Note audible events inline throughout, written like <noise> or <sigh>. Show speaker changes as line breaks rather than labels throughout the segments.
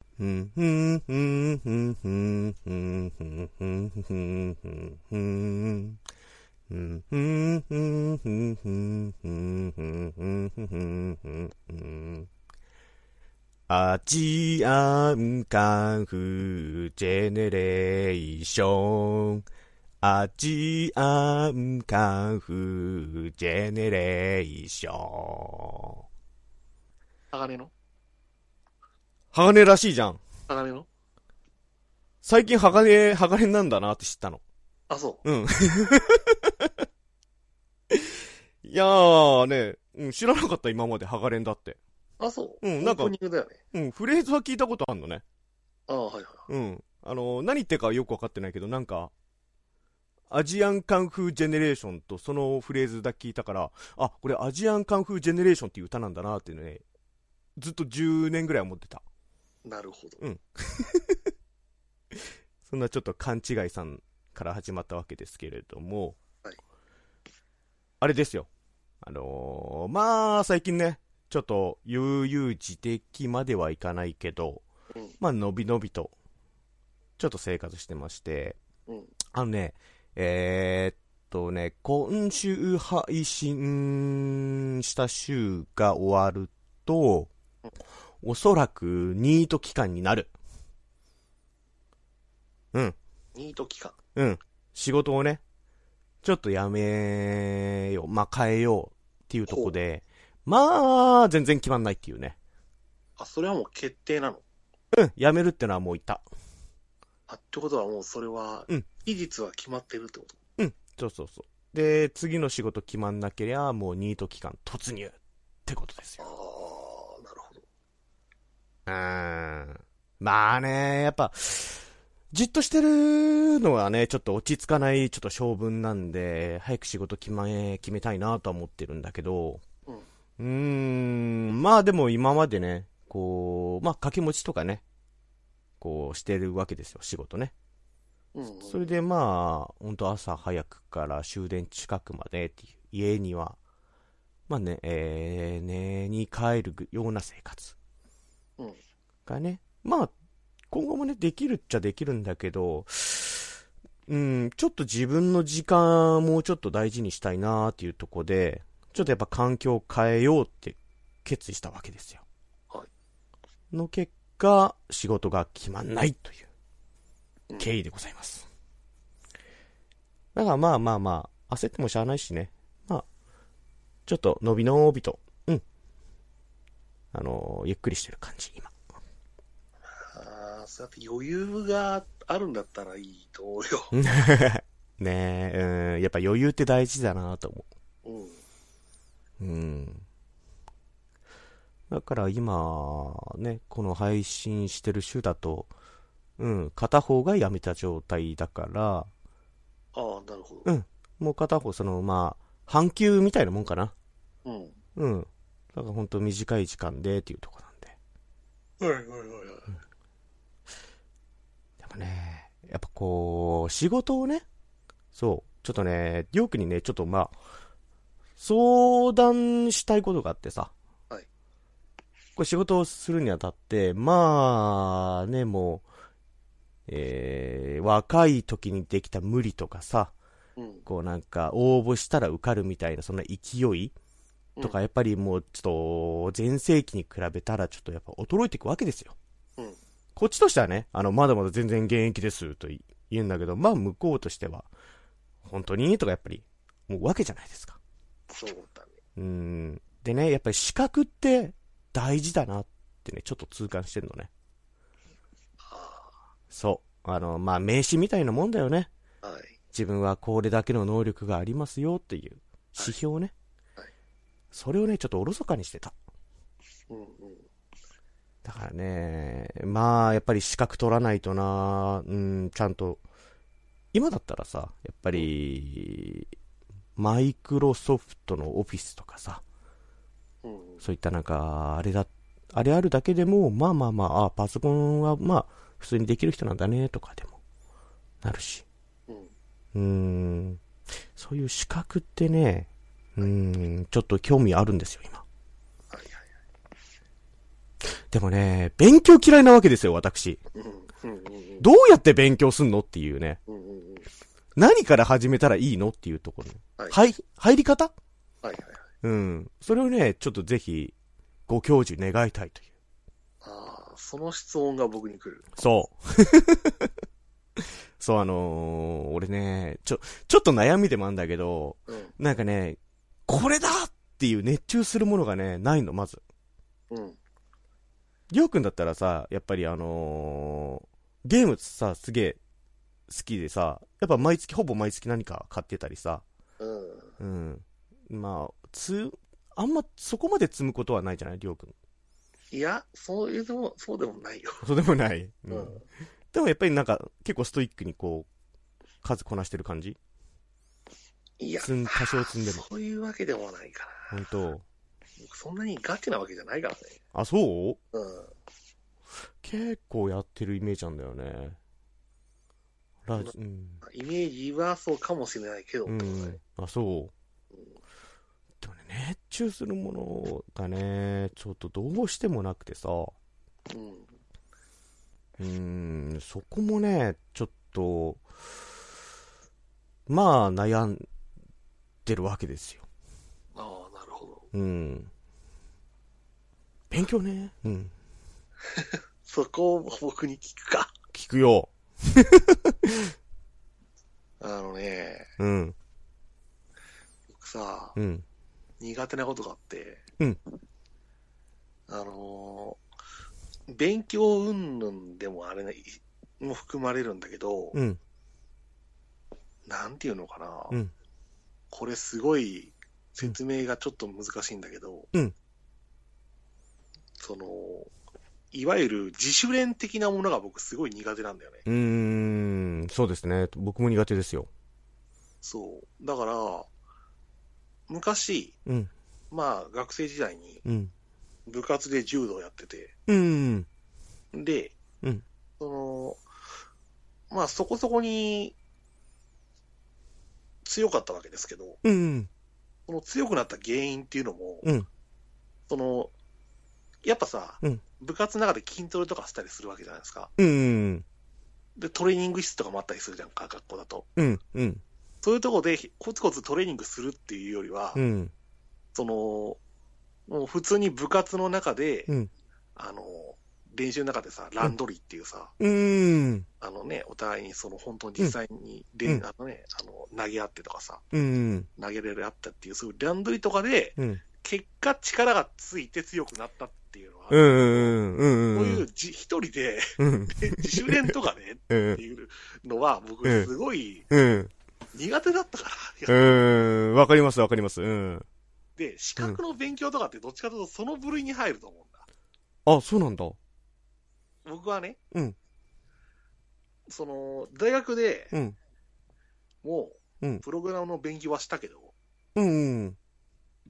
うんうんうんうんうんうんうんうんうんうんうんうんうんうんうんうんうんうんうんうんうんアジアンカンフージェネレーションアジアンカンフージェネレーション
鋼の
鋼らしいじゃん
鋼の
最近鋼、鋼なんだなって知ったの。
あ、そう。
うん。いやーね、うん、知らなかった今まで鋼だって。
あ、そ
う
う。
んなんか
オープニングだよね。
うん、フレーズは聞いたことあんのね。
ああ、はいはい。
うん。あの、何言ってるかよくわかってないけど、なんか、アジアンカンフージェネレーションとそのフレーズだけ聞いたから、あ、これアジアンカンフージェネレーションっていう歌なんだなっていうのね、ずっと10年ぐらい思ってた。
なるほど。
そんなちょっと勘違いさんから始まったわけですけれども、
はい
あれですよ。あのーまあ、最近ね、ちょっと悠々自適まではいかないけど、
うん
まあ、のびのびと、ちょっと生活してまして、
うん。
あのね、えーっとね、今週配信した週が終わると、おそらくニート期間になる。
ニート期間。
うん。仕事をね、ちょっとやめよう。まあ、変えようっていうとこで、まあ、全然決まんないっていうね。
あ、それはもう決定なの。
うん、やめるってのはもう言った。
あ、ってことはもうそれは、
うん
期日は決まってるってこと。
そうそうそう。で、次の仕事決まんなけりゃ、もうニート期間突入ってことですよ。
ああ、なるほど。
うーん。まあね、やっぱ、じっとしてるのはね、ちょっと落ち着かない、ちょっと性分なんで、早く仕事決め、決めたいなとは思ってるんだけど、
うん
うーん、まあでも今までね、こう、まあ掛け持ちとかね、こうしてるわけですよ、仕事ね。
うん、うん。
それでまあ、本当朝早くから終電近くまでっていう、家には、まあね、えー、寝に帰るような生活。
うん
がね、まあ、今後もね、できるっちゃできるんだけど、うん、ちょっと自分の時間もうちょっと大事にしたいなーっていうとこで、ちょっとやっぱ環境を変えようって決意したわけですよ。
は
の結果、仕事が決まんないという経緯でございます。だからまあまあまあ、焦ってもしゃあないしね。まあ、ちょっと伸びのびと、うん。あのーゆっくりしてる感じ、今。
ああ、そうやって余裕があるんだったらいいと思う
ねえ、うん、やっぱ余裕って大事だなと思
よ。うん。
う。うん。だから今、ね、この配信してる週だと、うん、片方がやめた状態だから、
ああ、なるほど。
もう片方、その、まあ、半休みたいなもんかな。
うん。
うん。だから本当短い時間でっていうとこなんで。
はいはいはいはい。
でもね、やっぱこう、仕事をね、そう、ちょっとね、りょうくんにね、ちょっとまあ、相談したいことがあってさ、
はい。
これ仕事をするにあたって、まあ、ね、もう、えー、若い時にできた無理とかさ、
うん。
こうなんか、応募したら受かるみたいな、そんな勢いとか、やっぱりもうちょっと、前世紀に比べたら、ちょっとやっぱ衰えていくわけですよ。
うん
こっちとしてはね、あの、まだまだ全然現役ですとい言うんだけど、まあ向こうとしては、本当にとかやっぱり、もうわけじゃないですか。
そうだね。
うん。でね、やっぱり資格って大事だなってね、ちょっと痛感してるのね。そう。あの、まあ名刺みたいなもんだよね。
はい。
自分はこれだけの能力がありますよっていう指標ね、
はいはい
それをねちょっとおろそかにしてた
うんうん。
だからねまあやっぱり資格取らないとなうんちゃんと今だったらさやっぱりマイクロソフトのオフィスとかさ
うん。
そういったなんかあれだあれあるだけでもまあまあまああパソコンはまあ普通にできる人なんだねとかでもなるし
うん。
うーんそういう資格ってね、うーん、ちょっと興味あるんですよ、今。
はいはい。
でもね、勉強嫌いなわけですよ、私。
うんうんうん
どうやって勉強すんのっていうね。
うんうんうん
何から始めたらいいのっていうところね。
はい
はい、入り方
はいはいはい。
うん。それをね、ちょっとぜひ、ご教授願いたいという。
ああ、その質問が僕に来る。
そう。そう、 <laughs> あのー俺ね、ちょ、ちょっと悩みでもあるんだけど、
うん
なんかね、これだっていう熱中するものがね、ないの、まず。
うん
りょうくんだったらさ、やっぱりあのーゲームさ、すげえ好きでさ、やっぱ毎月、ほぼ毎月何か買ってたりさ、
うん
うん。まあ、つ、あんまそこまで積むことはないじゃない、りょうくん。
いや、そういうでも、そうでもないよ。
そうでもない。
うん。
でもやっぱりなんか、結構ストイックにこう、数こなしてる感じ
いや、
積ん多少積んでも
そういうわけでもないかな。
本当
僕そんなにガチなわけじゃないからね。
あ、そう
うん。
結構やってるイメージなんだよね。ラジ、うん。
イメージはそうかもしれないけど、
う
ってことだ
ん
ね、
あ、そう。でもね、熱中するものがね、ちょっとどうしてもなくてさ、う
うん。
ーん、そこもね、ちょっと、まあ、悩んでるわけですよ。
ああ、なるほど。
うん。勉強ね。うん。
そこを僕に聞くか。
聞くよ。
あのね、
うん。
僕さ、
うん。
苦手なことがあって、
うん
あのー勉強云々でもあれね、いも含まれるんだけど、
うん。
なんていうのかな、
うん
これすごい説明がちょっと難しいんだけど、
うん
その、いわゆる自主練的なものが僕すごい苦手なんだよね。
うーん、そうですね。僕も苦手ですよ。
そう。だから、昔、
うん。
まあ学生時代に
うん。
部活で柔道やってて、
うん。
で、
うん
その、まあそこそこに強かったわけですけど、
うん。
その強くなった原因っていうのも、
うん
その、やっぱさ、
うん
部活の中で筋トレとかしたりするわけじゃないですか。
うん。
で、トレーニング室とかもあったりするじゃんか、学校だと。
うん。うん。
そういうとこでコツコツトレーニングするっていうよりは、
うん。
その、もう普通に部活の中で、
うん
あの、練習の中でさ、ランドリーっていうさ、
うーん。
あのね、お互いにその本当に実際に練、
うん
あのね、あの、投げ合ってとかさ、
うん。
投げれるあったっていう、そういうランドリーとかで、
うん。
結果力がついて強くなったっていうのは、
うん。うん。うん。
こういうじ一人で
うん。
自主練とかね
う
って
ん。
いうのは、僕
うん
すごい
うん。
苦手だったから、いや
うん。わかります、わかります。うん。
で、資格の勉強とかってどっちかというとその部類に入ると思うんだ。
あ、そうなんだ。
僕はね、
うん
その、大学で
うん。
も
うん
う、プログラムの勉強はしたけど、
うん。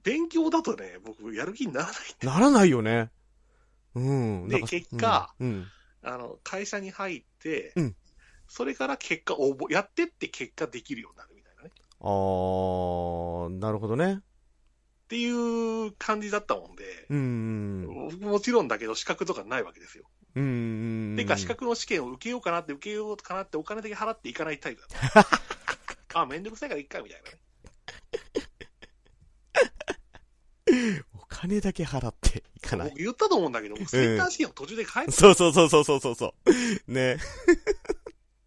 勉強だとね、僕、やる気にならないんだよ
ならないよね。うん。なんか
で結果。
うん。
あの、会社に入って、
うん
それから結果応募、やってって結果できるようになるみたいなね。っ
あー、なるほどね。
ていう感じだったもんで、
うん。
僕もちろんだけど、資格とかないわけですよ。
うん。
てか、資格の試験を受けようかなって、受けようかなって、お金だけ払っていかないタイプだった。あ、めんどくさいからいっか、みたいなね。
お金だけ払っていかない
僕。言ったと思うんだけど、僕センター試験を途中で変えて、
そうそうそうそうそうそうそう。ね。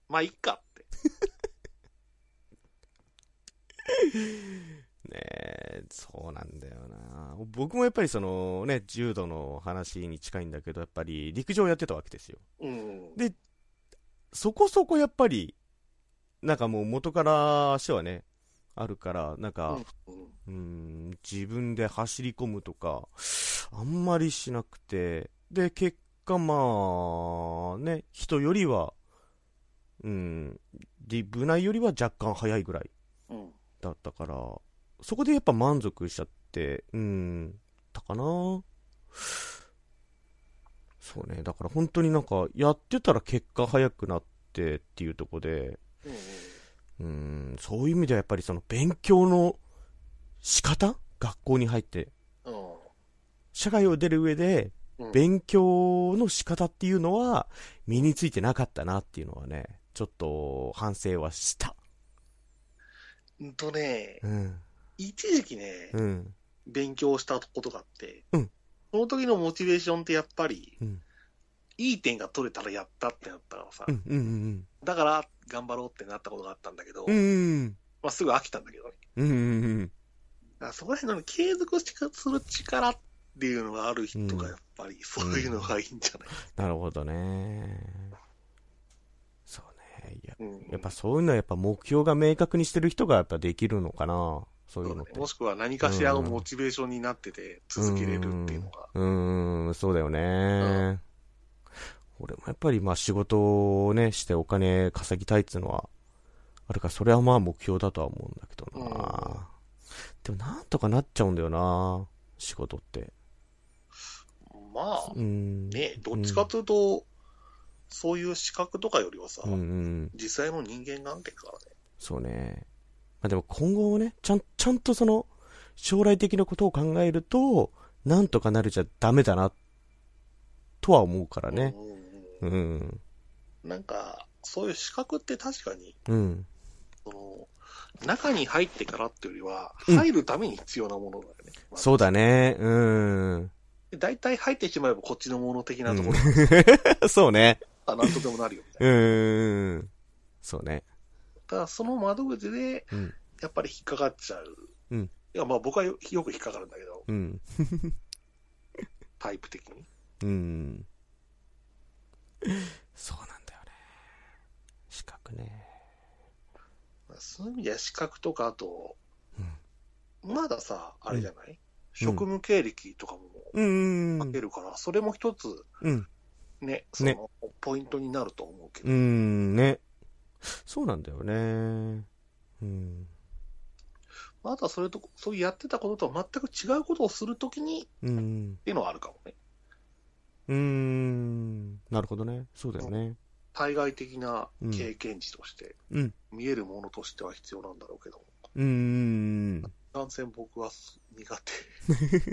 まあ、いっかって。
ねえ、そうなんだよな。僕もやっぱりそのね、柔道の話に近いんだけど、やっぱり陸上やってたわけですよ。
うん。
でそこそこやっぱり、なんかもう元から足はね、あるから、なんか、
うん
うーん、自分で走り込むとか、あんまりしなくて、で、結果まあ、ね、人よりは、うん、で部内よりは若干早いぐらい。
うん。
だったから、そこでやっぱ満足しちゃって、うん、たかな。そうね、だから本当になんか、やってたら結果早くなってっていうとこで、
うん
うん、そういう意味ではやっぱりその勉強の仕方学校に入って、
うん。
社会を出る上で、
うん
勉強の仕方っていうのは身についてなかったなっていうのはね、ちょっと反省はした。
うんとね、
うん。
一時期ね、
うん。
勉強したことがあって、
うん
その時のモチベーションってやっぱり、
うん。
いい点が取れたらやったってなったからさ、
うん。うん。
だから頑張ろうってなったことがあったんだけど、
うん。うん。
まあ、すぐ飽きたんだけどね。
うん。うん。
だからそこら辺の継続しかする力っていうのがある人がやっぱりそういうのがいいんじゃない、
なるほどね。そうね。いや、
うん
やっぱそういうのはやっぱ目標が明確にしてる人がやっぱできるのかな。そうい
そうう
のっ
だ
て
ね。もしくは何かしらのモチベーションになってて続けれるっていうのが。
うーん、そうだよね、
ん
俺もやっぱりまあ仕事をね、してお金稼ぎたいっていうのは、あるから、それはまあ目標だとは思うんだけどな。でもなんとかなっちゃうんだよな、仕事って。
まあ
う、ん。
ね、どっちかというと、そういう資格とかよりはさ、
うんうん。
実際の人間関係だからね。
そうね。まあでも今後もね、ちゃん、ちゃんとその、将来的なことを考えると、なんとかなるじゃダメだな、とは思うからね。
うんうんう
うん。
んなんか、そういう資格って確かに、
うん。
その、中に入ってからっていうよりは、
うん
入るために必要なものだよね。まあ
そうだね。うん。 <laughs>
大体入ってしまえばこっちのもの的なところ、
そうね。
あ、なんとでもなるよみたいな。
<laughs> うーん。そうね。
ただその窓口で、
うん。
やっぱり引っかかっちゃう。
うん
いや、まあ僕はよよく引っかかるんだけど、
うん。
タイプ的に。
うん。そうなんだよね。資格ね。
まあそういう意味では資格とか、あと、まださ、あれじゃない、
うん
職務経歴とかも
うん
書けるから、それも一つ、
うん。
ね、その、ポイントになると思うけど、
うん、ね。そうなんだよね。うん。
まだそれと、そういうやってたこととは全く違うことをするときに、
うん。
っていうのはあるかもね。
うん。なるほどね。そうだよね。
対外的な経験値として、
うん。
見えるものとしては必要なんだろうけど、
うん。
なんせ僕は苦手。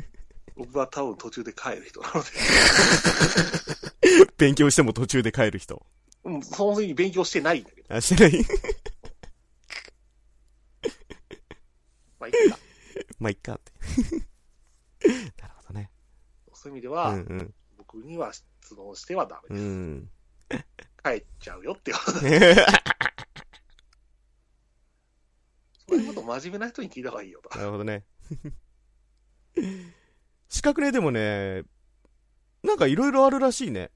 <laughs> 僕は多分途中で帰る人なので、
勉強しても途中で帰る人。
うん、その時に勉強してないんだけど、
あ、してない <laughs>
まあ、いいか。
まあ、いっかって。 <laughs> なるほどね。
そういう意味で
う
は、
んうん。
僕には質問してはダメ
う
です。
ん。 <laughs>
帰っちゃうよっていう、そういうこと真面目な人に聞いた方がいいよと。
なるほどね。 <laughs> 資格ね、でもね、なんかいろいろあるらしいね。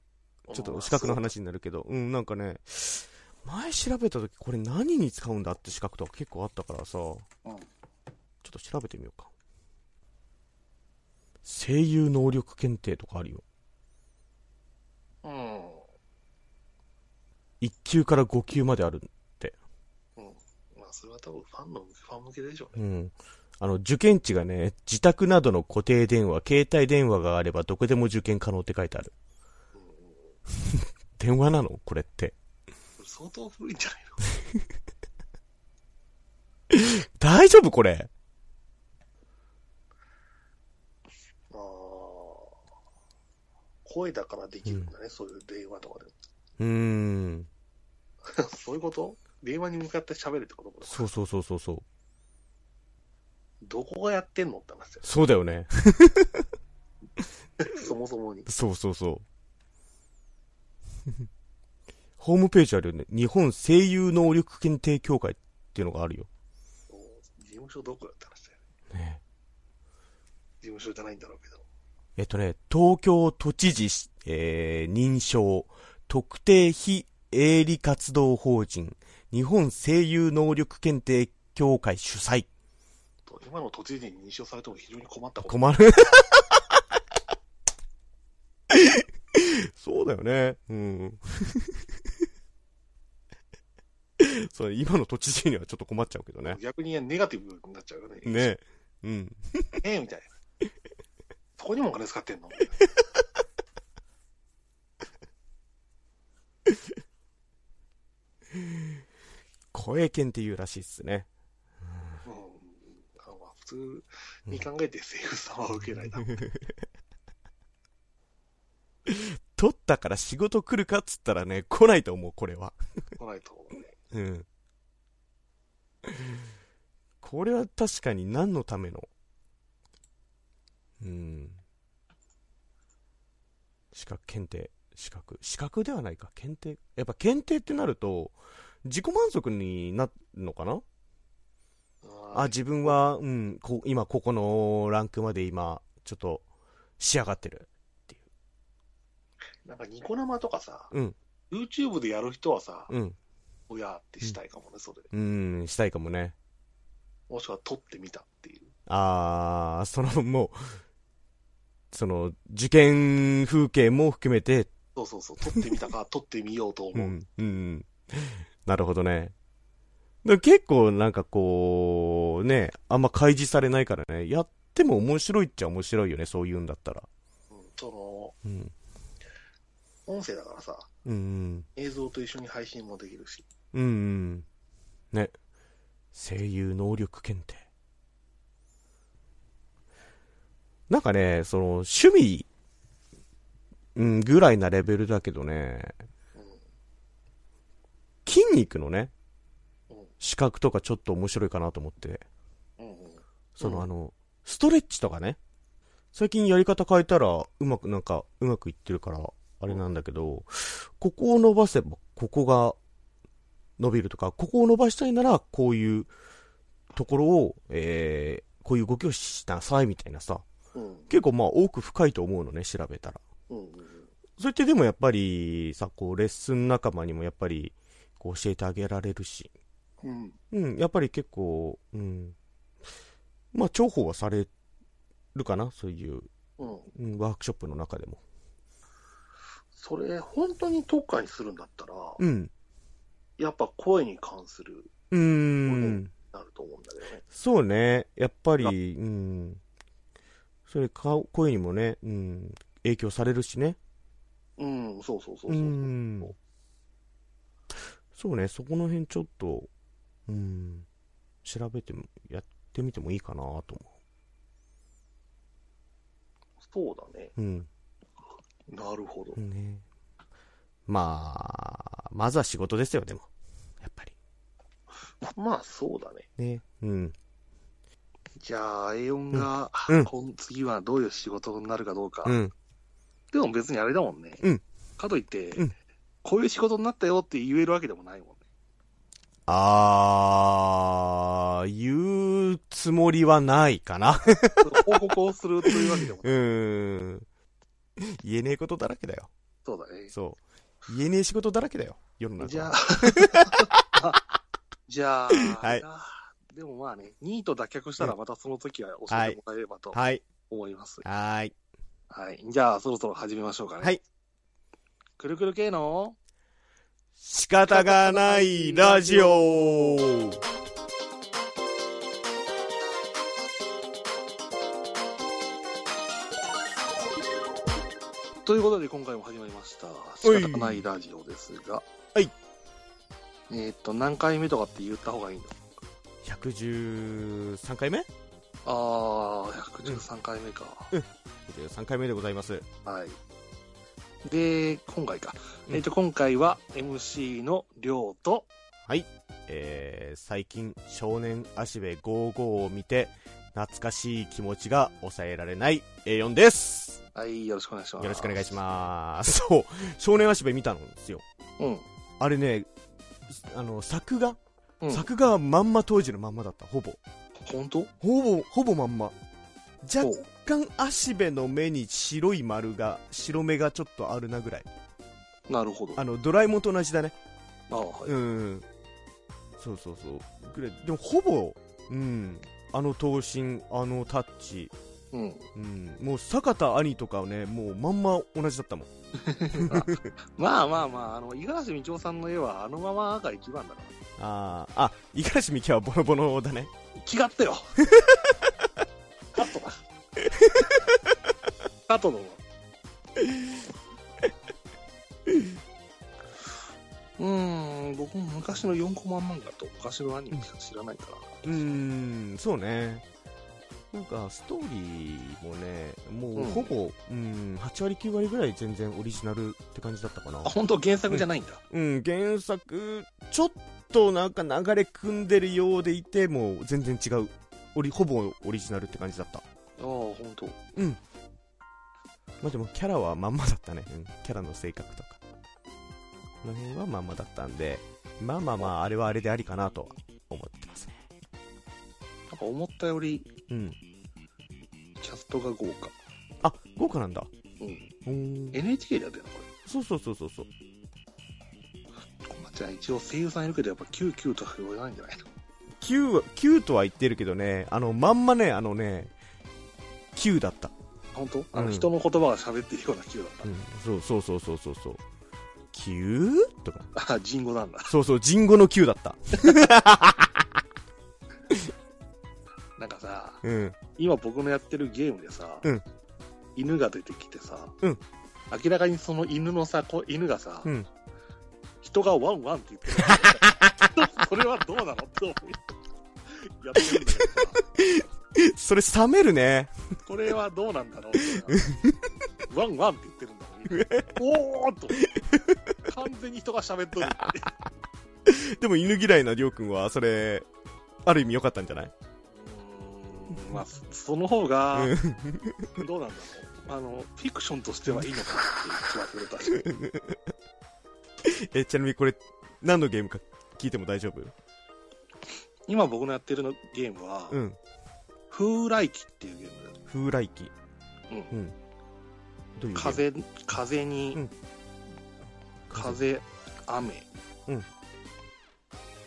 ちょっと資格の話になるけど、うん、なんかね、前調べた時これ何に使うんだって資格とか結構あったからさ、ちょ
うん。
っと調べてみようか。声優能力検定とかあるよ。
うん。
1級から5級まである。
うん。まあ、それは多分ファンの、ファン向けでしょう
う
ね。
ん。あの、受験地がね、自宅などの固定電話、携帯電話があればどこでも受験可能って書いてある。 <laughs> 電話なのこれって。
これ相当古いんじゃない
大丈夫これ。
のああ。声だからできるんだね、そういう電話とか
うーん。
で。 <laughs> そういうこと電話に向かって喋るってこと
そうそうそうそうそう。
どこがやってんのって話だよ
そうだよね。
そもそもに。
そうそうそう。 <laughs> ホームページあるよね。日本声優能力検定協会っていうのがあるよ。
事務所どこよって話だよね。
ね
事務所じゃないんだろうけど。
えっとね、東京都知事し、えー認証、特定非営利活動法人、日本声優能力検定協会主催。
と今の都知事に認証されても非常に困ったこと。
困る。 <laughs> そうだよね。うん。 <laughs> そう、今の都知事にはちょっと困っちゃうけどね。
逆にネガティブになっちゃうよね。
ねうん。
え。えみたいな。そこにもお金使ってんの
声犬っていうらしいっすね。
うん。あまあ、普通に考えて政府さんは受けないだろう。
取ったから仕事来るかっつったらね、来ないと思う、これは。
来ないと思うね。
うん。これは確かに何のための。うん。資格、検定、資格。資格ではないか、検定。やっぱ検定ってなると、自己満足になるのかなあ、
あー
自分は、うん、こ今ここのランクまで今、ちょっと、仕上がってる。
なんかニコ生とかさ、
うん
YouTube でやる人はさ、
うん、
おやってしたいかもね、それ。
うん、したいかもね。
もしくは撮ってみたっていう。
あー、そのもう、その、受験風景も含めて、
そうそうそう、撮ってみた
<laughs>
か、撮ってみようと
う
思う。
ん、うん、なるほどね。で結構なんかこう、ね、あんま開示されないからね、やっても面白いっちゃ面白いよね、そういうんだったら。
うんそ
うん、
の、音声だからさ、
うん、
映像と一緒に配信もできるし、
うん、うん、ね、声優能力検定。なんかね、その、趣味、うん、ぐらいなレベルだけどね、筋肉のね、
うん、うん、
視覚とかちょっと面白いかなと思って。
うん、うん。
その、
うん
あの、ストレッチとかね。最近やり方変えたら、うまく、なんか、うまくいってるから、あれなんだけど、ここを伸ばせば、ここが伸びるとか、ここを伸ばしたいなら、こういうところを、えー、こういう動きをしなさいみたいなさ、
うん、
結構まあ多く深いと思うのね、調べたら。
うん、うん。
それってでもやっぱり、さ、こう、レッスン仲間にもやっぱり、こう教えてあげられるし、
うん、
うん、やっぱり結構、うん、まあ、重宝はされるかな、そういう、
うん。
うん、ワークショップの中でも。
それ、本当に特化にするんだったら、
うん。
やっぱ声に関する、
うー。
うんなると思うんだけどね。
そうね、やっぱり、うん。それ、顔、声にもね、うん、影響されるしね。
うん、そうそうそう
う
そう。
ん。そうね、そこの辺ちょっと、うん、調べても、やってみてもいいかなと思
そうだね。
う。うん。
なるほど。
ね。まあ、まずは仕事ですよ、でも。やっぱり。
まあ、そうだね。
ね。うん。
じゃあ、エオンが、
うん
今次はどういう仕事になるかどうか。
うん。
でも別にあれだもんね。
うん
かといって、
うん
こういう仕事になったよって言えるわけでもないもんね。
あー、言うつもりはないか
<laughs>
な。
報告をするというわけでも
う
ない。
ーん。言えねえことだらけだよ。
そうだね。
そう。言えねえ仕事だらけだよ。世の中は。
じゃあ、
<laughs>
じゃあ、あれだでもまあね、ニート脱却したらまたその時は教えてもらえればと
はい。
思います。
はーい。
はい。じゃあ、そろそろ始めましょうかね。
はい。
くるくる系の
仕方がないラジオ
ということで、今回も始まりました。仕方がないラジオですが。
はい。
えーっと、何回目とかって言った方がいいの
!113 回目
あー、113回目か。
?3 回目でございます。
はい。で、今回か。
うん
えっ、と、今回は MC のりょうと、
えー最近少年足部55を見て懐かしい気持ちが抑えられない A4 です
はい、よろしくお願いします。
よろしくお願いしますそう少年足部見たんですよ
す。うん。
あれねあの作画、
うん、
作画はまんま当時のまんまだったほぼ
本当
ほぼほぼまんま若
おう
干足部の目に白い丸が白目がちょっとあるなぐらい
なるほど。
あ
あ
のドラえもんと同じだね
あ、はい。
うんそうそうそうぐらいでもほぼ、うん、あの頭身あのタッチ、
うん。
うん、もう坂田兄とかはねもうまんま同じだったもん
まあまあまあ、あの、五十嵐道夫さんの絵はあのまま赤一番だか
あーあ五十嵐美樹はボロボロだね
ら。違ったよ <laughs> カットだ。カットだわ。うーん、僕も昔の4コマ漫画と昔のアニメしか知らないから。
うーんそうねなんかストーリーもね、もう
うん
ほぼ、うん、8割、9割ぐらい全然オリジナルって感じだったかな
あ、。本当原作じゃないんだ。
うん、原作、ちょっとなんか流れ組んでるようでいて、もう全然違う。オリほぼオリジナルって感じだった。
ああ、本当。
まあでもキャラはまんまだったね。うんキャラの性格とか。この辺はまんまだったんで、まあまあまあ、あれはあれでありかなとは思ってますね。
なんか思ったより
うん。
キャストが豪華。
あ、豪華なんだ。
うん。
おー
NHK でやってるのこ
そうそうそうそうそう。
れ。まあじゃあ一応声優さんいるけど、やっぱ99とは言わないんじゃないの
9は、9とは言ってるけどね、あの、まんまね、あのね、9だった。
本当あの、
うん
人の言葉が喋ってるような9だっ
うん、そうそうそうそうそうそう。9? とか。
た。ああ、人語なんだ。 <laughs>
そうそう、人語の Q だった。
なんかさ、
うん。 <laughs>
今僕のやってるゲームでさ、
うん
犬が出てきてさ、
うん
明らかにその犬のさ、こ犬がさ、
うん
人がワンワンって言ってる。 <laughs> それはどうなのって思う。やってるんだけどさ。
それ冷めるね。
これはどうなんだろうみたいなワンワンって言ってるんだろう
<laughs>
ねおーっと完全に人が喋っとるって
でも犬嫌いなりょうくんは、それ、ある意味良かったんじゃないう
ーんまあそその方が
うん
どうなんだろうあのフィクションとしてはいいのかなっていう気はす
<laughs>
る確かに
え、ちなみにこれ、何のゲームか聞いても大丈夫
今僕のやってるのゲームは
うん。
「風来機」っていうゲームで
風来機。うん。どういうゲーム
風風
う
に
ん
風雨、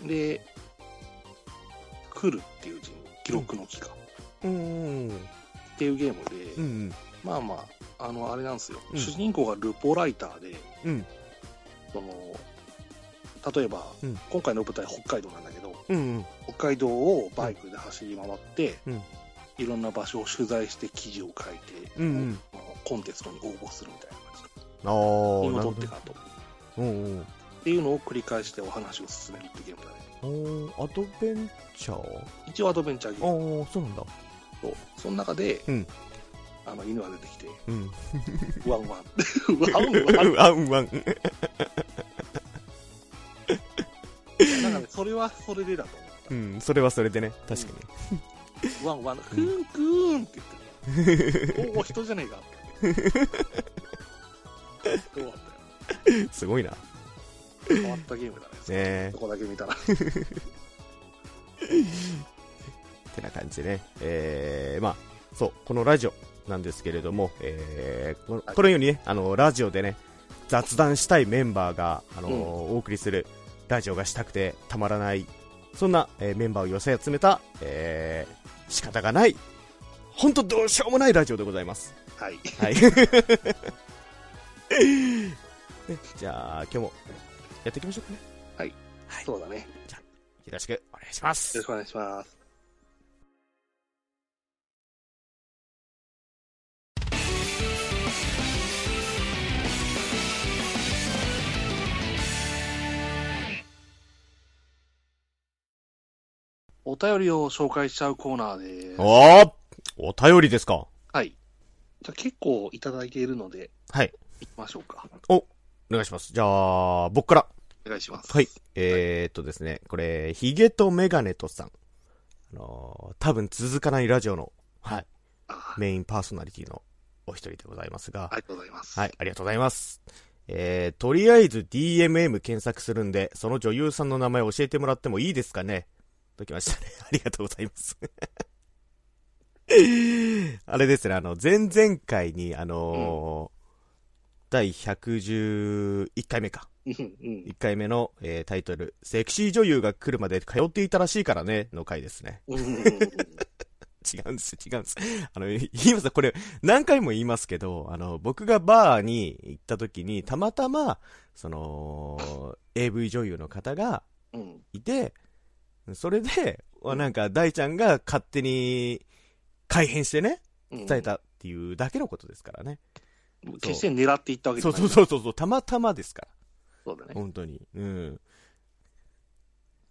で「来る」っていう字に記録の期間、
うん。
っていうゲームで、
うん。
まあまあ、あの、あれなんですよ。
うん
主人公がルポライターで、
うん。
その、例えば、
うん
今回の舞台北海道なんだけど、
うん。
北海道をバイクで走り回って、
うん
いろんな場所を取材して記事を書いて、
うんうん
あのコンテストに応募するみたいな感じ。
あー、
今
なる
取
ほ
って
ど
か。と。
うんうん。
っていうのを繰り返してお話を進めるってゲームだね。
おーアドベンチャー
一応アドベンチャーゲ
あ
ーム
ー、そうなんだ。
と、その中で、
うん
あの、犬が出てきて、
うん。
ワンワン。ワンワ
<laughs>
ン
あ、うん、ワン。
だから、それはそれでだと思った。
うん、それはそれでね。確かに。
ワンワン、クーンクーンって言ってる。おお、人じゃねえ
<laughs>
かって。よかっ
すごいな。
たよ。変わったゲームだね。
え
そこだけ見たら。
ってな感じでね、えー、まあ、そう、このラジオなんですけれども、えー、このこのようにね、あの、ラジオでね、雑談したいメンバーが、あのー
うん
お送りする、ラジオがしたくてたまらない、そんな、えーメンバーを寄せ集めた、えー、仕方がない、ほんとどうしようもないラジオでございます。
はい。
はい。 <laughs> ねじゃあ、今日も、やっていきましょうかね。
そうだね。
よろしくお願いしま
よろ
す
し。くお願いします。お便りを紹介しちゃうコーナーです。
おーお便りですか
はい。じゃあ結構いただいているので、
はい。
行きましょうか。
お願いします。じゃあ、僕から。
お願いします。
はい。。えー、っとですね、これ、ヒゲとメガネとさん。あのー多分続かないラジオの、はい、
あ
メインパーソナリティのお一人でございますが
あ、りがとうございます。
はい、ありがとうございます。えー、とりあえず DMM 検索するんで、その女優さんの名前教えてもらってもいいですかねときましたね。 <laughs> ありがとうございます。 <laughs> あれですね、あの、前々回に、あのー第111回目か。
うんうん
1回目の、えータイトル、セクシー女優が来るまで通っていたらしいからね、の回ですね。
うんうんうん。
違うんです、違うんです。あの、言います、これ、何回も言いますけど、あの、僕がバーに行った時に、たまたま、その、AV 女優の方が
うん
いて、それで、なんか、大ちゃんが勝手に、改変してね、
う
<laughs>
ん
伝え。たっていうだけのことですからね。
決して狙っていったわけ
そ
じゃ
う
ない。
そうそうそう、たまたまですから。
そうだね。
本当に。うん。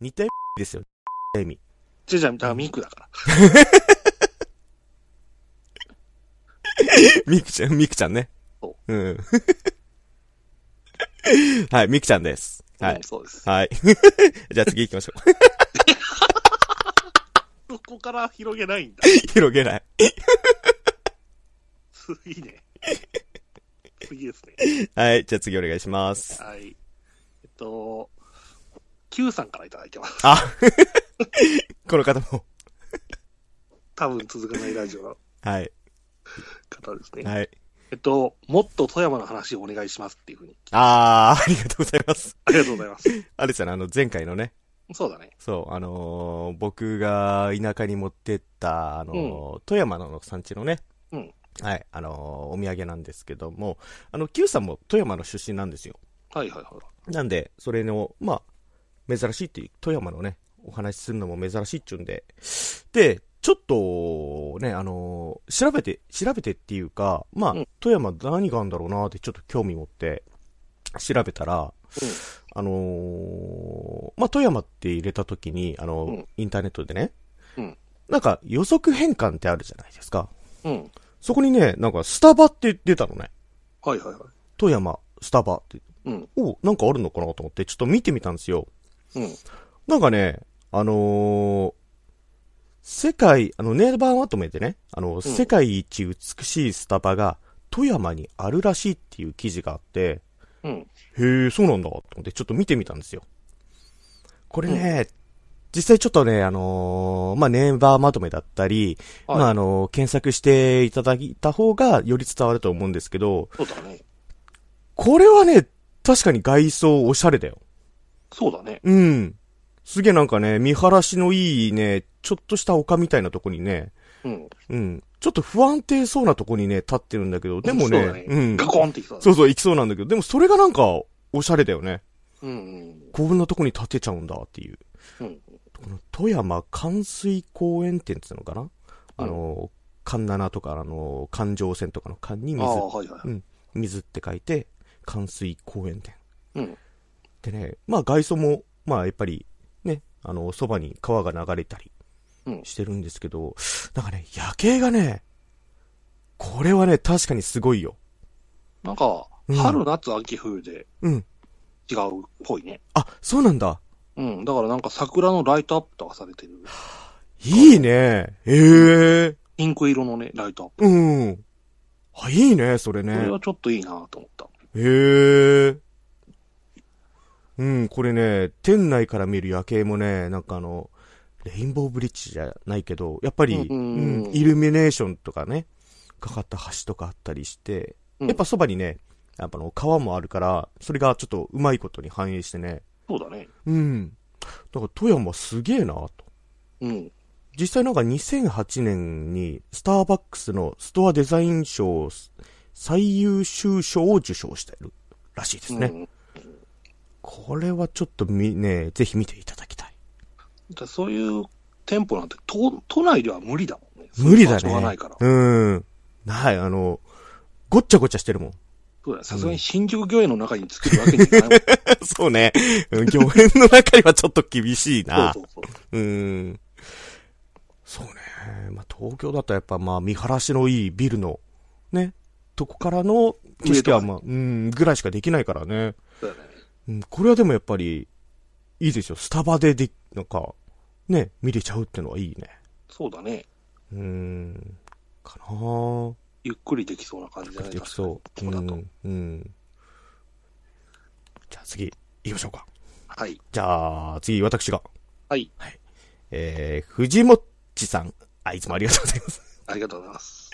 似たですよ。似た意味。
じゃじゃ、だからミクだから。
みくちゃん、みくちゃんね
そ。
うん。 <laughs> はい、みくちゃんです。は
う
い
ん。そうです。
はい。 <laughs> じゃあ次行きましょう。
そこから広げないんだ。
広げない。
いいね。次ですね。
はい、じゃあ次お願いします。
はい。えっと、Q さんからいただいてます。
あ <laughs> この方も。
多分続かないラジオの
はい、
方ですね。
はい。
えっと、もっと富山の話をお願いしますっていうふうに。
あー、ありがとうございます。
ありがとうござい
<laughs>
ます。
あれですよね、あの、前回のね、
そうだね。
そう、あのー僕が田舎に持ってった、あのー富山の産地のね、
うん
はい、あのーお土産なんですけども、あの、Q さんも富山の出身なんですよ。
はいはいはい。
なんで、それの、まあ、珍しいっていう、富山のね、お話しするのも珍しいっちゅうんで、で、ちょっと、ね、あのー調べて、調べてっていうか、まあ、
うん
富山何があるんだろうなってちょっと興味持って、調べたら、
うん
あのーまあ、富山って入れた時に、あのー
うん
インターネットでね、
うん
なんか予測変換ってあるじゃないですか。
うん。
そこにね、なんかスタバって出たのね。
はいはいはい。
富山、スタバって。
うん。
お、なんかあるのかなと思って、ちょっと見てみたんですよ。
うん。
なんかね、あのー世界、あの、ネイバーまとめてね、あの、世界一美しいスタバが富山にあるらしいっていう記事があって、
うん。
へえ、そうなんだ、と思ってちょっと見てみたんですよ。これね、実際ちょっとね、あのーまあ、ネイバーまとめだったり、
はい
まあ、あのー検索していただいた方がより伝わると思うんですけど、
そうだね。
これはね、確かに外装おしゃれだよ。
そうだね。
うん。すげえなんかね、見晴らしのいいね、ちょっとした丘みたいなとこにね、
うん。
うん。ちょっと不安定そうなとこにね、立ってるんだけど、でもね、
そううだ
ん。
ガコンってきたね
そうそう、行きそうなんだけど、でもそれがなんか、おしゃれだよね。
うん
こんなとこに建てちゃうんだっていう。
うん。うん。
この富山関水公園店っていうのかなあの、環七とか、あの、環状線とかの環に
あ
水、
あ、はいはいはい。
水って書いて、関水公園店。
うん。
でね、まあ外装も、まあやっぱり、ね、あの、そばに川が流れたり
うん
してるんですけど、なんかね、夜景がね、これはね、確かにすごいよ。
なんか
うん、
春、夏、秋、冬で
うん。
違うっぽいね。
あ、そうなんだ。
うん。だからなんか桜のライトアップとかされてる。
いいね。ええ
ピンク色のね、ライトアップ。
うん。あ、いいね、それ
これ
ね。
はちょっといいなと思った。
ええうん、これね、店内から見る夜景もね、なんかあの、レインボーブリッジじゃないけど、やっぱり、
うんうんうん
うんイルミネーションとかね、かかった橋とかあったりして、
うん
やっぱそばにね、やっぱあの川もあるから、それがちょっとうまいことに反映してね、
そうだね。
うん。だから富山すげえなと。
うん。
実際なんか2008年にスターバックスのストアデザイン賞最優秀賞を受賞しているらしいですね。
うん
これはちょっとみ、ね、ぜひ見ていただきたい。
だからそういう店舗なんて、都都内では無理だもんね。
無理だね。
しょうがないから。
うん。はい、あの、ごっちゃごっちゃしてるも
<laughs>
ん。
そうだよさすがに新宿御苑の中に作るわけにいかないも
<laughs>
ん。
そうね。うん漁園の中にはちょっと厳しいな。
そうそうそう。
うん。そうね。まあ、東京だとやっぱまあ、見晴らしのいいビルの、ね、とこからの景色はまあ、うん、ぐらいしかできないからね。
そうだね。
うん、これはでもやっぱり、いいですよ。スタバでで、なんか、ね、見れちゃうってのはいいね。
そうだね。
うん、かなぁ。
ゆっくりできそうな感じじゃない
できそう。
確かにここだと。
ん。うん。じゃあ次、行きましょうか。
はい。
じゃあ、次、私が。
はい。
えー、藤もっちさん。あ、いつもありがとうございます。 <laughs>
ありがとうございます。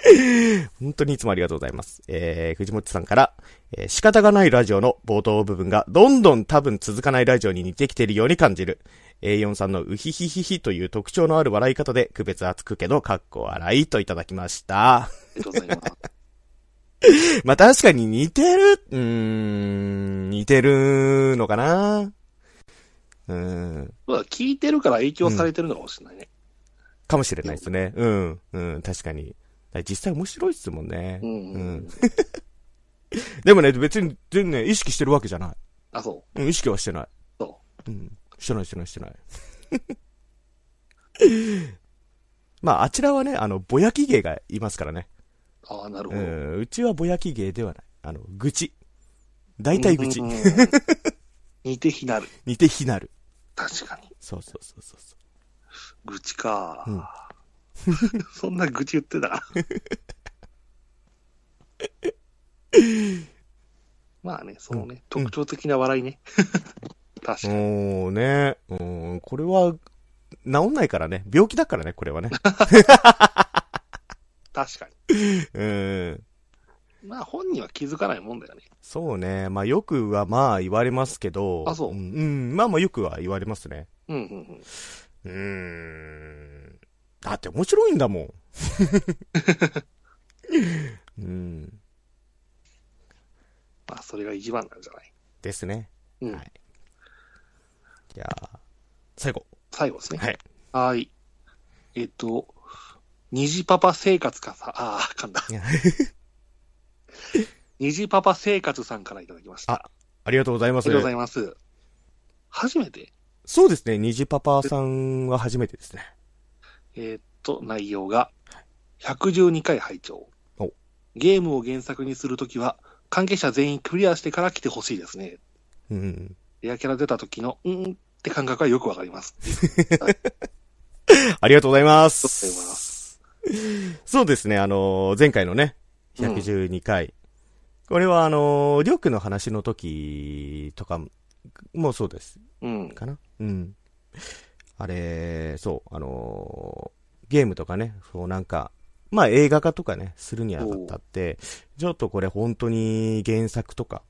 本当にいつもありがとうございます。えー、藤もっちさんから、えー仕方がないラジオの冒頭部分がどんどん多分続かないラジオに似てきているように感じる。A4 さんのウヒヒヒヒという特徴のある笑い方で区別はつくけど、かっこ笑いといただきました。
ありがとうございます。
<laughs>
<laughs>
まあ確かに似てる、うーん、似てるのかなうん、
そうだ、聞いてるから影響されてるのかもしれないね。
かもしれないですね。うん、うん、確かに。実際面白いですもんね。
うん。うんうん、
でもね、別に、全然ね、意識してるわけじゃない。
あ、そ
うん、意識はしてない。
う。そ
うん、してないしてないしてない。 <laughs> まあ、あちらはね、あの、ぼやき芸がいますからね。
う。ああ、なるほ
う
ど。
ん、うちはぼやき芸ではない。あの、愚痴。大体愚痴
うん。うんうん <laughs> 似て非なる。
似て非なる。
確かに。
そうそうそうそうそう。
愚痴か。 <laughs> そんな愚痴言ってた。 <laughs> まあね、そのね、特徴的な笑
<laughs>
いね。確かに。
おーね。うん、これは、治んないからね。病気だからね、これ
<laughs>
はね。
確か
うん。
に。まあ本人は気づかないもんだよね。
そうね。まあ、よくはまあ言われますけど。
あそうん
うん、まあまあよくは言われますね。
うんうんうん。
うーん。だって面白いんだも
<laughs>
ん。うん。
まあそれが一番なんじゃない。
ですね。
うん。
はいじゃあ、最後。
最後ですね。
はい。
はーい。えっと、虹パパ生活かさ、ああ、噛んだ <laughs>
いや。
虹パパ生活さんからいただきました。
あありがとうございま
あ
す。
りがとうございます。初めて、
そうですね。虹パパさんは初めてですね。
えーっと、内容が、112回拝聴
お。
ゲームを原作にするときは、関係者全員クリアしてから来てほしいですね。
うん。
レアキャラ出た時の、うーんって感覚はよくわかります。
ありがとうございま。
ありがとうございます
そうですね。あのー、前回のね、112回。これはあのー、りょうくんの話の時とかもそうです。
うん。
かなうん。あれ、そう、あのーゲームとかね、そうなんか、まあ映画化とかね、するにあたって、ちょっとこれ本当に原作とか、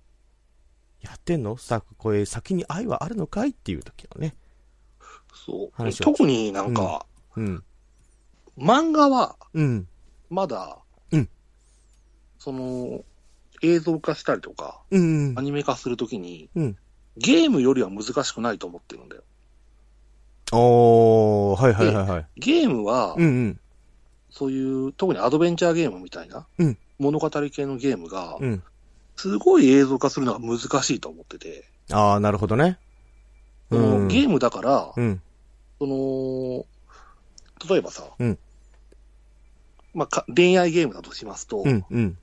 やってんのさ、これ先に愛はあるのかいっていう時のね。
そう。
話を
特になんか、
うん。
漫画は、
うん。
まだ、
うん
その、映像化したりとか、
うん
ア。ニメ化するときに、
うん
ゲームよりは難しくないと思ってるんだよ。
おー、はいはいはいはい。
ゲームは、
うんうん。
そういう、特にアドベンチャーゲームみたいな、
うん
物語系のゲームが、
うん。
すごい映像化するのが難しいと思ってて、
あー、なるほどね。
そのゲ
ム
ームだから、
うん。
その、例えばさ、
うん
まあか、恋愛ゲームだとしますと、
うんうん。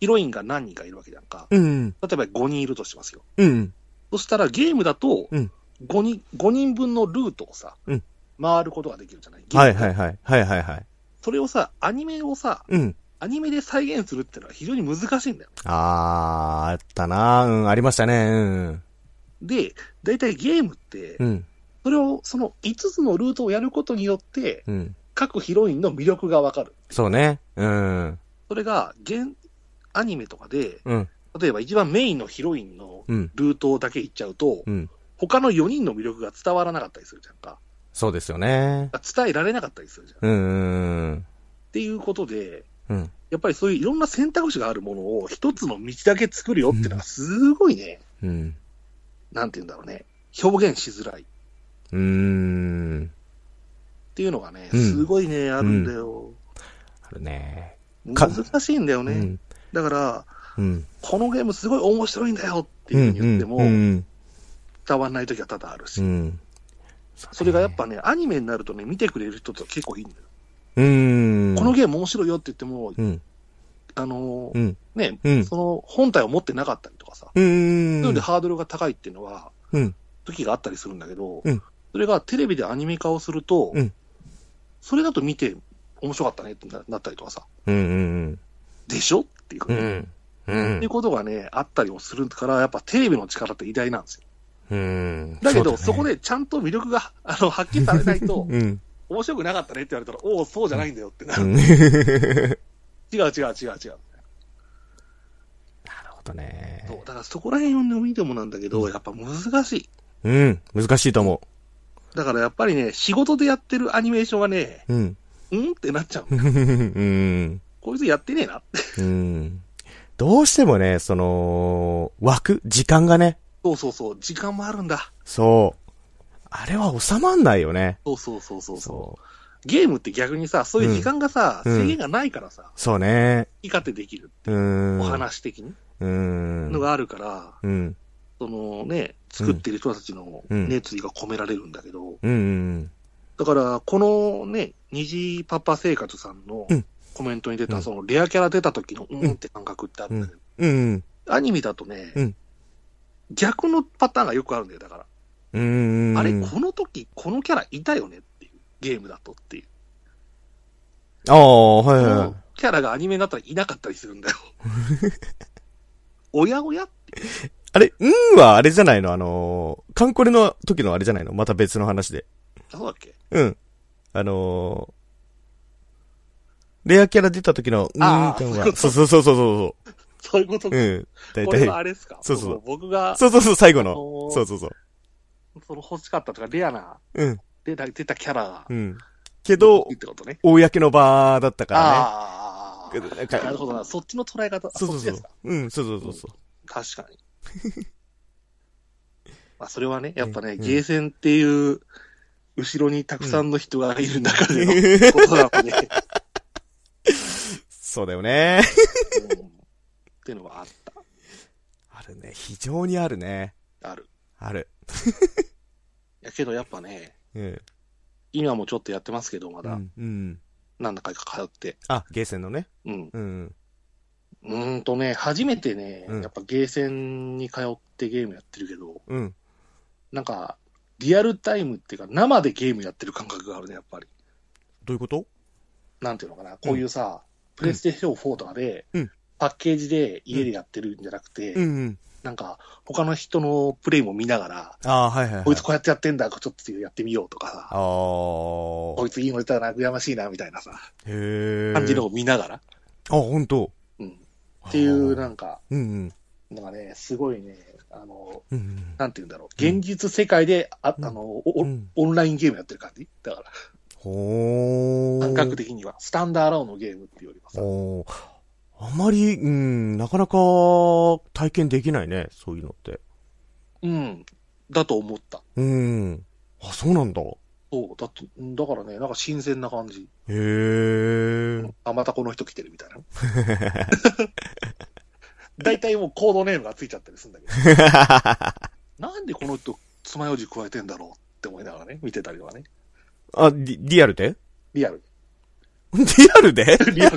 ヒロインが何人かいるわけじゃんか。
うん。
例えば5人いるとしますよ。
うん。
そしたらゲームだと、
うん
5人、5人分のルートをさ、
うん
回ることができるじゃない
はいはい
い。
はい。はいはいはい。
それをさ、アニメをさ、
うん。
アニメで再現するってのは非常に難しいんだよ。
あー、あったなうん、ありましたね。うん。
で、大体ゲームって、
うん。
それを、その5つのルートをやることによって、
うん。
各ヒロインの魅力がわかる。
そうね。うん。
それが、現、アニメとかで、
うん。
例えば一番メインのヒロインの
うん。
ルートだけ行っちゃうと、
うん。
他の4人の魅力が伝わらなかったりするじゃんか。
そうですよね。
伝えられなかったりするじゃん。っ
うんうん。
ていうことで、
うん。
やっぱりそういういろんな選択肢があるものを一つの道だけ作るよっていうのがすごいね、
うん。
なんて言うんだろうね、表現しづらいっ
うーん。
ていうのがね、
うん
すごいね、あるんだよ。
あるね。か
難しいんだよ
う
ね。
ん。
だから、
うん。
このゲームすごい面白いんだよって
う
い
ん
うふうに言っても、
うん。
伝わらない時は多々あるし、
うん。
それがやっぱね、アニメになるとね、見てくれる人と結構いいんだよ。
うん。
このゲーム面白いよって言っても、
うん。
あの
う
ー
ん。
ね、
うん。
その本体を持ってなかったりとかさ、
うん。
なのでハードルが高いっていうのは、
うん
時があったりするんだけど、
うん
それがテレビでアニメ化をすると、
うん
それだと見て面白かったねってななったりとかさ、
うん。
でしょっていう、
う
っ
ん。う。
ていうんことがね、あったりもするから、やっぱテレビの力って偉大なんですよ。
うん。
だけど、そこでちゃんと魅力が <laughs> あの発揮されないと、
うん。
面白くなかったねって言
<laughs>
われたら、おお、そうじゃないんだよってな
う
る。
ん。なる
違う違う違う違う。
ほどね。
そうだからそこら辺を見てもなんだけど、やっぱ難しい。
うん。難しいと思
だからやっぱりね、仕事でやってるアニメーションはね、
う。うん。
うんってなっちゃう。
うん。
こいつやってねえなって。
うん。どうしてもね、その、枠、時間がね、
そうそうそう、時間もあるんだ。
そう。あれは収まんないよね。
そうそうそうそうそう
そ
ゲームって逆にさ、そういう時間がさ、
うん
制限がないからさ、
う。そうね。
いかってできる。
うーん。
お話的に、
うーん。
のがあるから、
うん。
そのね、作ってる人たちの
うん
熱意が込められるんだけど、
うん。
だから、このね、虹パパ生活さんの
うん
コメントに出た、
うん
そのレアキャラ出た時のうんって感覚ってあるんだけど、
うん。
アニメだとね、
うん
逆のパターンがよくあるんだよ、だから。
うん。
あれ、この時、このキャラいたよねっていう、ゲームだとっていう。
ああ、はいはいはい。
キャラがアニメだったらいなかったりするんだよ。おやおや
あれ、うんはあれじゃないのあのー、カンコレの時のあれじゃないのまた別の話で。
そうだっけ
うん。あのー、レアキャラ出た時の、うん
あ
感
ー
は。そうそうそうそうそ
そういうこと
う。
か。
うん。大
これは
体。
あれですか
そうそう
僕が、
そうそうそう、最後
あの
の。
ー
そうそうそう。
その欲しかったとか、レアな、
うん。
出た、出たキャラが
う、ん。けど
いい、ってことね。
公の場だったか
あ
らね。なん
あ、
か
なるほどな。そっちの捉え方、
そうそう
そ
そ
っちで
う
すか。
うん、そうそうそうそう。
確かに。
<laughs>
まあ、それはね、やっぱね、
うん
ゲーセンっていう、後ろにたくさんの人がいる中で
<laughs>
のことなのに、ね、
そうだよね。
うんっていうのはあった
あるね。非常にあるね。。
ある。
ある。
やけどやっぱね、
うん。
今もちょっとやってますけど、ま
う
だ、
ん。うん。
何だか通って。
あ、ゲーセンのね。
うん。
うん。
うーんとね、初めてね、
うん
やっぱゲーセンに通ってゲームやってるけど、
うん。
なんか、リアルタイムっていうか、生でゲームやってる感覚があるね、やっぱり。
どういうこと
なんていうのかな、こういうさ、プレイステーション4とかで、
うん
パッケージで家でやってるんじゃなくて、
うんうん。
なんか、他の人のプレイも見ながら、
ああ、はいはいはい。
こいつこうやってやってんだ、ちょっとやってみようとか
あ
さ、
あ
こ。いついいの出たな、羨ましいな、みたいなさ、
へえ。
感じのを見ながら、
あ、本当。
うん、っていう、
あ
な
ー
んか、
うんうん。
なんかね、すごいね、あの、
うんうん。
なんていうんだろう、現実世界で、あ
うん
あのお、お
うん
オンラインゲームやってる感じだから、
ほー。
感覚的には、スタンダーローンのゲームっていうよりはさ、
おーあんまり、うん、なかなか体験できないね、そういうのって。
うん、だと思った。
うん。あ、そうなんだ。へ
そう、だって、うんだからね、なんか新鮮な感じ。
え。
あ、またこの人来てるみたいな。大体もうコードネームがついちゃったりするんだけど、なんでこの人、爪楊枝加えてんだろうって思いながらね、見てたりとかね。
あ、リリアルで <laughs>
リアル
リアルで
に。リ
<laughs>
アルに。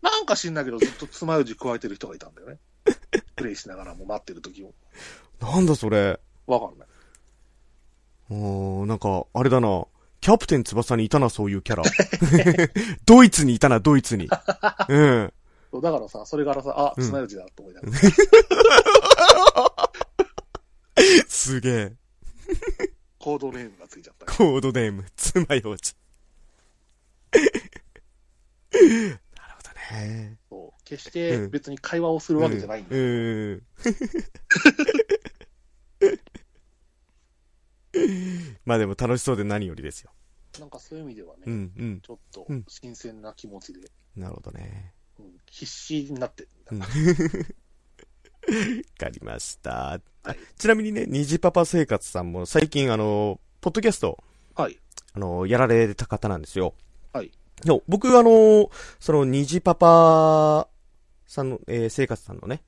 なんか知んないけど、ずっと爪楊枝加えてる人がいたんだよね。プレイしながらも待ってる時も。
なんだそれ。
わかんない。
おーなんか、あれだな。キャプテン翼にいたな、そういうキャラ。 <laughs> ドイツにいたな、ドイツに。うん。
そうだからさ、それからさ、あ、
うん
爪楊枝だと思いながら。
すげえ。
コードネームがついちゃったり。
コードネーム、つまようじ。なるほどね。
そう決して別に会話をするわけじゃないん
う
だよ。
ん。まあでも楽しそうで何よりですよ。
なんかそういう意味ではね、
うん、うん。
ちょっと
うん
新鮮な気持ちで、
なるほどね。
うん必死になってるんだ
うんわかりました。
は
あ
い
ちなみにね、虹パパ生活さんも最近あの、ポッドキャスト、
はい。
あの、やられた方なんですよ。
はい。
でも僕あの、その虹パパさんの、えー生活さんのね、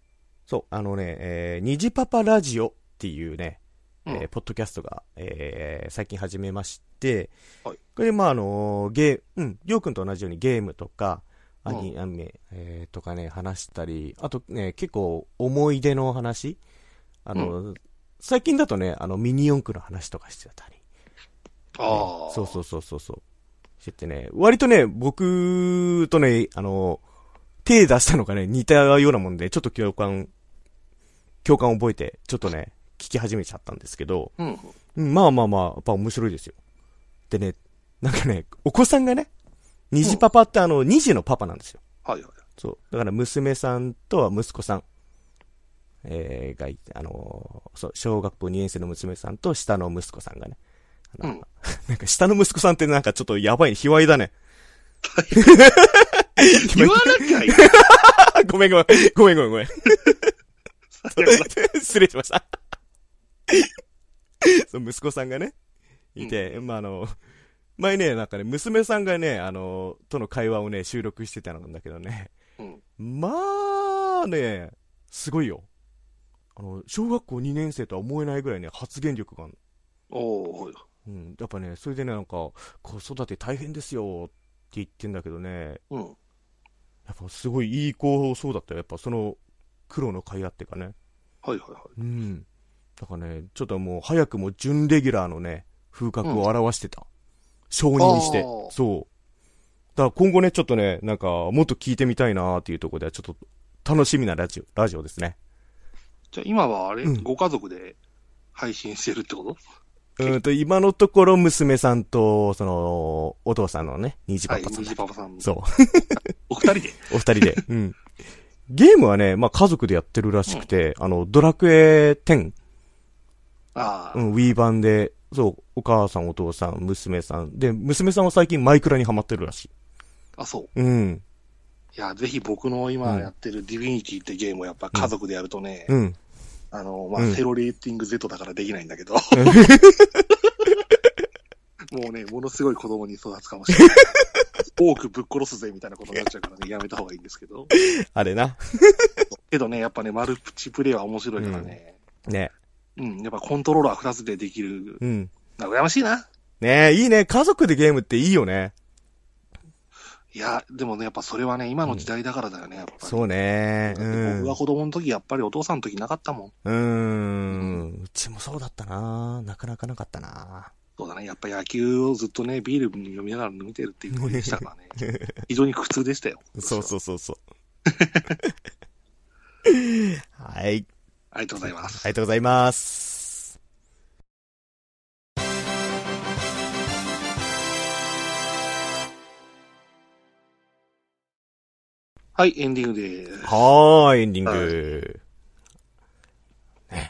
そう、あのね、えー、虹パパラジオっていうね、
うん
えーポッドキャストが、えー最近始めまして、
はい
これで、まあ、あのーゲー、うん、りょうくんと同じようにゲームとか、アニ,、
う
アニメ、えーとかね、話したり、あとね、結構思い出の話、あの、最近だとね、あの、ミニ四駆の話とかしてたり、
ああ。
そうそうそうそうそう。しててね、割とね、僕とね、あの、手出したのがね、似たようなもんで、ちょっと共感、共感を覚えて、ちょっとね、聞き始めちゃったんですけど、
うん。うん。
うんまあまあまあ、やっぱ面白いですよ。でね、なんかね、お子さんがね、虹パパってあの、二児のパパなんですよ。
はいはい。
そう。だから娘さんとは息子さん、えー、がいて、あのーそう、小学校2年生の娘さんと下の息子さんがね。あの
うん
なんか下の息子さんってなんかちょっとやばい、卑猥だね。 <laughs>
言わなきゃい
<laughs>
い。
あごめんごめん、ごめんごめんごめん。 <laughs> 失礼しました。 <laughs> そう息子さんがね、いて、まあ、あの、前ね、なんかね、娘さんがね、あの、との会話をね、収録してたんだけどね、
うん。
まあね、すごいよ。あの、小学校2年生とは思えないぐらいね、発言力がある
おお。
うん、やっぱね、それでね、なんか、子育て大変ですよっ言ってんだけどね、
うん。
やっぱすごいいい子そうだったよ。やっぱその苦労の甲斐あってかね。
はいはいはい。
うん。だからね、ちょっともう早くも準レギュラーのね、風格を表してた。承認して
あー。
そう。だから今後ね、ちょっとね、なんか、もっと聞いてみたいなーっていうところでは、ちょっと楽しみなラジオ、ラジオですね。
じゃあ今はあれ、
うん
ご家族で配信してるってこと
うーんと、今のところ娘さんと、その、お父さんのね、虹パ
はい、
パさんだ。
虹パパさん。
そう。
お二人で。
お二人で。うん。ゲームはね、まあ、家族でやってるらしくて、あの、ドラクエ10、
ああ、
うん、Wii 版で、そう、お母さん、お父さん、娘さん。で、娘さんは最近マイクラにハマってるらしい。
あ、そ
う
う。
ん。
いや、ぜひ僕の今やってるディヴィニティってゲームをやっぱ家族でやるとね、
うん。
あの、まあ、
うん
セロリーティング Z だからできないんだ
<laughs>
けど、もうね、ものすごい子供に育つかもしれ
<laughs>
ない。多くぶっ殺すぜみたいなことになっちゃうからね、やめた方がいいんですけど。
<laughs> あれな。
けどね、やっぱね、マルチプレイは面白いからね。
ね。
うん、やっぱコントローラー2つでできる。
うん。
なんか羨ましいな。
ねえ、いいね。家族でゲームっていいよね。
いや、でもね、やっぱそれはね、今の時代だからだよね、やっぱり。
そうね。う
僕
ん
が。子供の時、やっぱりお父さんの時なかったもん。
うん。うちもそうだったな。なかなかなかったな。
そうだね。やっぱ野球をずっとね、ビール飲みながら見てるっていうのでし
<laughs>
たからね。非常に苦痛でしたよ。
そうそうそうそう。はい。
ありがとうございます。
ありがとうございます。
はい、エンディングです。
はーい、エンディング。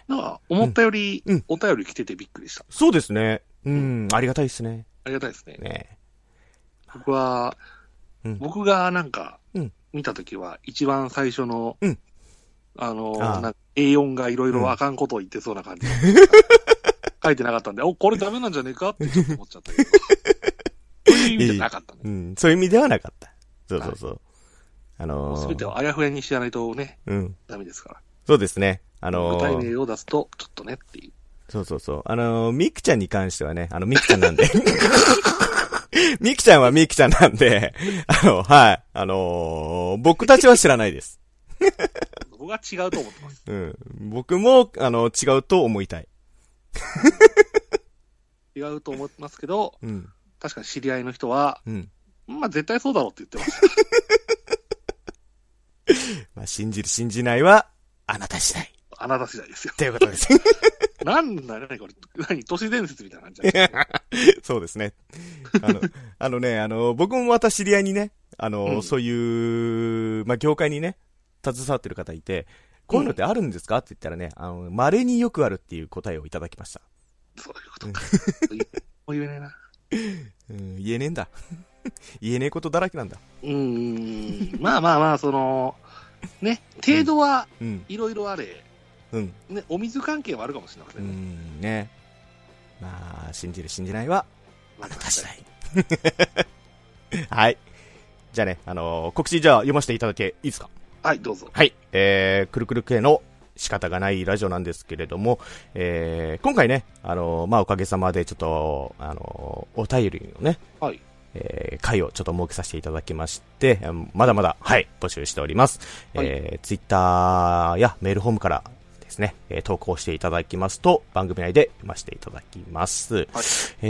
なんか、思ったより
うんうん、
お便り来ててびっくりした。
そうですね。うん、ありがたいですね。
ありがたいですね。
ね
僕は、
うん
僕がなんか
うん、
見た時は、一番最初の、
うん
あの、
ああ
なんか A4 がいろいろあかんことを言ってそうな感じ。 <laughs> 書いてなかったんで、お、これダメなんじゃねえかってちょっと思っちゃった
<laughs>
けど。そういう意味じゃなかったね。
うん、そういう意味ではなかった。そうそうそう。あのー
すべてをあやふやにしないとね、
うん。
ダメですから。
そうですね。あ
具
の
体
ー
名を出すと、ちょっとねっていう。
そうそうそう。あのーミクちゃんに関してはね、あの、ミクちゃんなんで。 <laughs> ミクちゃんはミクちゃんなんで、あの、はい。あのー僕たちは知らないです。
僕は違うと思ってます。
うん。僕も、あの、違うと思いたい。
違うと思ってますけど、
うん。
確かに知り合いの人は、
うん。
まあ絶対そうだろうって言ってます。
まあ、信じる信じないは、あなた次第。
あなた次第ですよ。
ということです。
なんだね、これ。何都市伝説みたいな感じだね
<laughs> そうですね。あの、 <laughs> あのね、あの、僕もまた知り合いにね、あの、
うん
そういう、まあ、業界にね、携わってる方いて、こういうのってあるんですかって言ったらね、あの、稀によくあるっていう答えをいただきました。
そういうことか。そういうねな。
うん、言えねえんだ。 <laughs> 言えねえことだらけなんだ。
うーん。まあまあまあ、その、ね、程度は
うん、
いろいろあれ、
うん、
ね、お水関係はあるかもしれませ
うんん、
ね。
ね。まあ、信じる信じないは、
あ
あなた次
<laughs>
第。はい。じゃあね、あの、告知じゃあ読ませていただいていいですか
はい、どうぞ。
はい、えー、くるくる系の仕方がないラジオなんですけれども、えー、今回ね、あのーまあ、おかげさまでちょっと、あのーお便りのね、
はい。
えー、会をちょっと設けさせていただきまして、あまだまだ、はい、募集しております。
はい
えー、ツイッターやメールホームからですね、えー投稿していただきますと、番組内で読ませていただきます。
はい。
え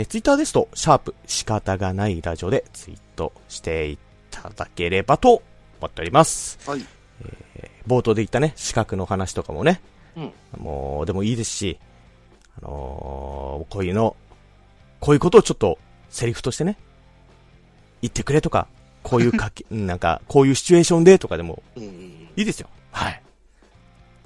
ー、ツイッターですと、シャープ、仕方がないラジオでツイートしていただければと思っております。
はい。
冒頭で言ったね、資格の話とかもね、
うん。
もう、でもいいですし、あのーこういうの、こういうことをちょっと、セリフとしてね、言ってくれとか、こういうかけ、 <laughs> うんなんか、こういうシチュエーションでとかでも
うんうん。
いいですよ。はい。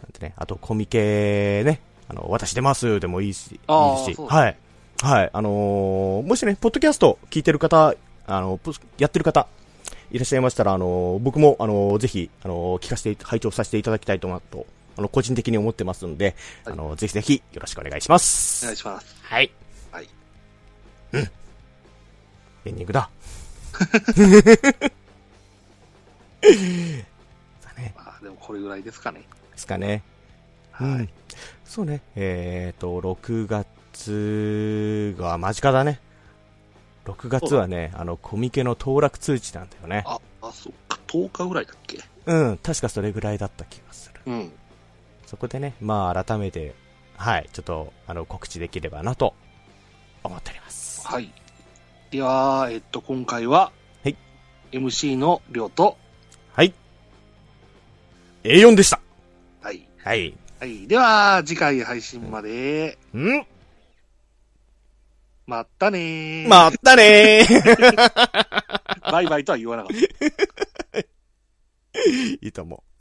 なんてね、あとコミケね、あの、私出ますでもいいし、いい
あー
ですし、
そうですね
はい。はい、あのーもしね、ポッドキャスト聞いてる方、あの、ポやってる方、いらっしゃいましたら、あのー僕も、あのーぜひ、あのー聞かせて、拝聴させていただきたいと思うと、あの、個人的に思ってますんで、
はい
あのーぜひぜひ、よろしくお願いしま
お願い
す。
します。
はい。
はい。
エンディン
<laughs>
グだ。だね、
まあ、でもこれぐらいですかね。
ですかね。う
は
ん
い。
そうね。えっ、と、6月が間近だね。 6月はね、あの、コミケの当落通知なんだよね。
あ、あ、そっか、10日ぐらいだっけ
うん、確かそれぐらいだった気がする。
うん。
そこでね、まあ改めて、はい、ちょっと、あの、告知できればなと、思っております。
はい。では、えっと、今回は、
はい
MC のりょうと、
はい。A4 でした
はい。
はい。
はい。では、次回配信まで、
ん
まったねー。
まったねー
バイバイとは言わなかった。
いいと思う。